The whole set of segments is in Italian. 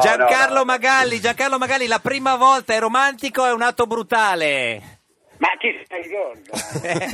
Giancarlo no. Magalli, Giancarlo Magalli, la prima volta è romantico, è un atto brutale. Ma chi stai ricordo? Eh,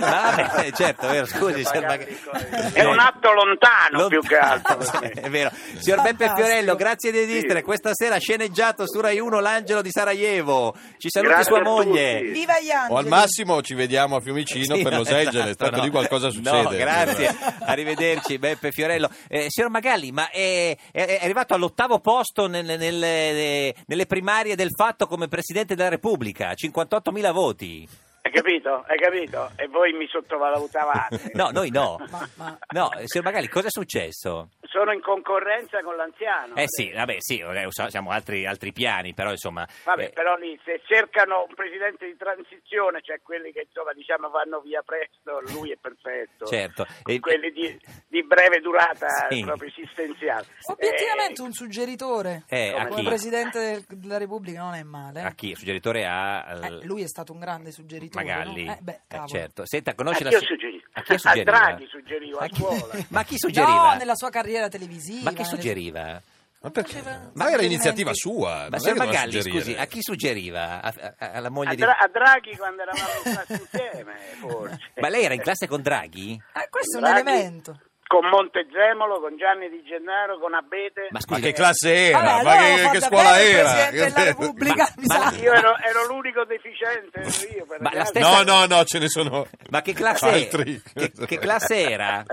vabbè, certo, è vero, scusi, signor Magalli. È Eh, un atto lontano, più che altro. per me. è vero. Signor Beppe Fiorello, grazie di esistere. Questa sera sceneggiato su Rai 1 L'Angelo di Sarajevo. Ci saluti Grazie sua a tutti. moglie. Viva gli angeli! O al massimo ci vediamo a Fiumicino Sì, per Los no, Angeles, esatto, tanto no. lì qualcosa No, succede. grazie, arrivederci Beppe Fiorello. Eh, signor Magalli, ma è, è- è arrivato all'ottavo posto nel- nel- nelle primarie del fatto come Presidente della Repubblica, 58.000 voti. Hai capito? Hai capito? E voi mi sottovalutavate. No, noi no. Ma- ma- No, eh, signor Magalli, cosa è successo? Sono in concorrenza con l'anziano. Eh sì, vabbè, sì, eh, so- siamo altri, altri piani, però insomma... Vabbè, eh, però lì se cercano un presidente di transizione, cioè quelli che insomma diciamo vanno via presto, lui è perfetto. Certo. E- Quelli di, di breve durata Sì. proprio esistenziale. Obiettivamente Eh, un suggeritore Eh, a come chi? presidente del- della Repubblica non è male. A chi? Il suggeritore a... Eh, lui è stato un grande suggeritore. Magalli. no? Eh, beh, Eh, cavolo. certo. Senta, conosce a la chi ho su- suggerito? A chi A suggeriva? Draghi suggerivo, a Ma chi- scuola. Ma chi suggeriva? No, nella sua carriera televisiva. Ma chi nelle- suggeriva? Ma perché? Faceva- Ma era iniziativa sua. Ma signor non è che doveva Magalli, suggerire. scusi, a chi suggeriva? A- a- a- alla moglie A, di... Dra- a Draghi quando eravamo in classe insieme, forse. Ma lei era in classe con Draghi? Eh, questo è un Draghi, elemento. Con Montezemolo, con Gianni Di Gennaro, con Abete. Ma scusi, Ma eh, che classe era? Vabbè, ma allora che, fa che da scuola bene il era? Presidente della Repubblica, mi ma- sa. Io ero, ero l'unico deficiente ero io, per Ma la caso. stessa- No, no, no, ce ne sono Ma che classe, altri. che, che classe era?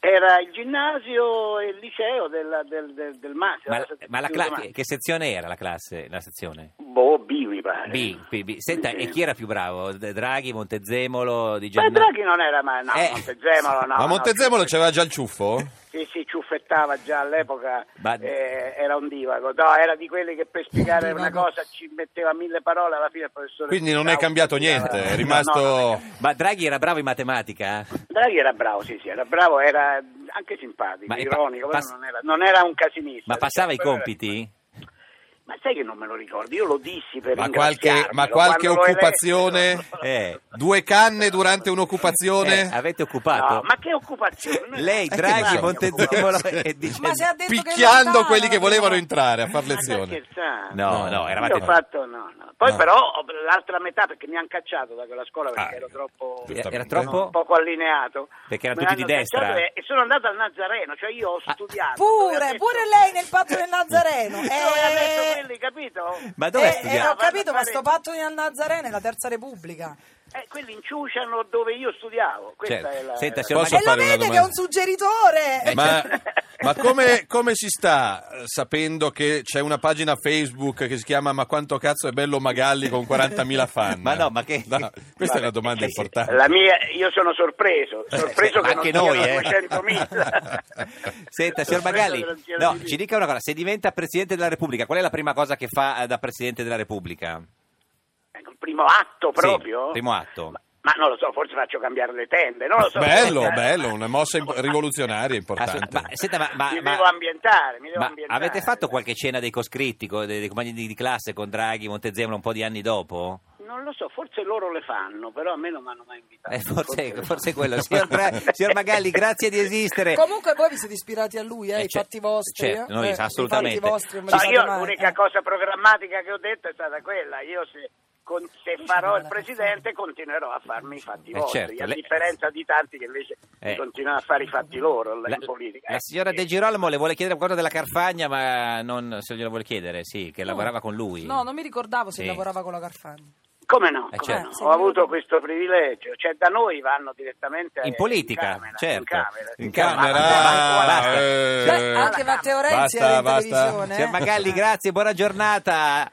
Era il ginnasio e il liceo della- del, del, del Masio. Ma, ma la cla- Giuseppe che, che sezione era la classe, la sezione? Masio. Boh, B mi pare. B, B, B. Senta, Eh, Sì. e chi era più bravo? D- Draghi, Montezemolo, Di Ma Gennaro? Draghi non era mai... No, Eh. Montezemolo no. Ma no, Montezemolo ci- c'aveva già il ciuffo? Sì, sì, ciuffettava già all'epoca. Ma- eh, era un divago. No, era di quelli che per spiegare una Divago. cosa ci metteva mille parole alla fine il professore... Quindi non è Bravo, cambiato spiegava- niente, è No, rimasto... no, non è cambiato. Ma Draghi era bravo in matematica? Draghi era bravo, sì, sì, era bravo, era anche simpatico, Ma è pa- ironico, però pass- non, era, non era un casinista. Ma passava i diciamo, però compiti? era- ma sai che non me lo ricordo, io lo dissi per Ma qualche, ma ringraziarmelo, qualche quando l'ho occupazione? eletto. Eh. Due canne durante Eh, un'occupazione? avete occupato? No, ma che occupazione? Lei, Ma Draghi, che Montezemolo occupazione? e Di Ma se Gennaro. ha detto Picchiando lontano, quelli che però. volevano entrare a far Ma stai lezione. scherzando? No, no, eravate... Io ho fatto no, no. Poi No. però ho- l'altra metà perché mi hanno cacciato da quella scuola perché Ah, ero troppo giustamente. Era troppo- un poco allineato. Perché erano Me tutti di l'hanno cacciato destra. E e sono andato al Nazareno, cioè io ho Ah, studiato. dove Pure, adesso- pure lei nel patto del Nazareno. Dove adesso Eh, quelli, capito? Ma dove eh, studiava? eh, ho capito, ma Fare- sto patto del Nazareno è la terza Repubblica. Eh, quelli inciuciano dove io studiavo. Questa Certo. è la... Senta, è la- signor Posso e lo fare una vede che è domanda? Eh, un suggeritore. Ma, ma come, come si sta eh, sapendo che c'è una pagina Facebook che si chiama Ma quanto cazzo è bello Magalli con 40.000 fan? Ma no, ma che- No, questa è una domanda Eh sì, importante. La mia, io sono sorpreso, sorpreso Eh, che anche non noi, siano eh. 200.000. Senta, Sorpreso signor Magalli, che non siano no, di più. ci dica una cosa, se diventa Presidente della Repubblica, qual è la prima cosa che fa eh, da Presidente della Repubblica? Ecco, il primo atto Sì, proprio? primo atto. Ma, ma non lo so, forse faccio cambiare le tende, non lo so. Bello, Eh, bello, una mossa im- rivoluzionaria importante. Assolut- ma, senta, ma, ma- Mi ma- devo ambientare, mi devo ma ambientare. avete fatto qualche cena dei coscritti, co- dei, dei compagni di, di classe con Draghi, Montezemolo un po' di anni dopo? Non lo so, forse loro le fanno, però a me non mi hanno mai invitato. Eh, forse, forse quello. Signor, Dra- signor Magalli, grazie di eh. esistere. Eh, Comunque voi vi siete ispirati a lui, eh, Eh, i cioè, cer- fatti vostri. certo, eh? noi Eh, i fatti assolutamente. vostri non me li No, fate io mai, l'unica eh. cosa programmatica che ho detto è stata quella. Io se, con- se Io farò sono il la presidente continuerò a farmi i fatti Eh, vostri, certo, a lei- differenza di tanti che invece Eh. continuano a fare i fatti loro la, in politica. eh, la signora De Girolamo le vuole chiedere qualcosa della Carfagna, ma non se glielo vuole chiedere, sì, che lavorava con lui. No, non mi ricordavo se Sì. lavorava con la Carfagna. Come no? Eh, come certo. no? Sì, Ho avuto io- questo privilegio. Cioè, da noi vanno direttamente In eh, politica, in camera, certo. In camera, In sì. camera, Ma- basta. Camera, eh, Beh, anche Matteo Renzi basta, era in basta. Cioè, televisione. Signor eh. Magalli, grazie, buona giornata.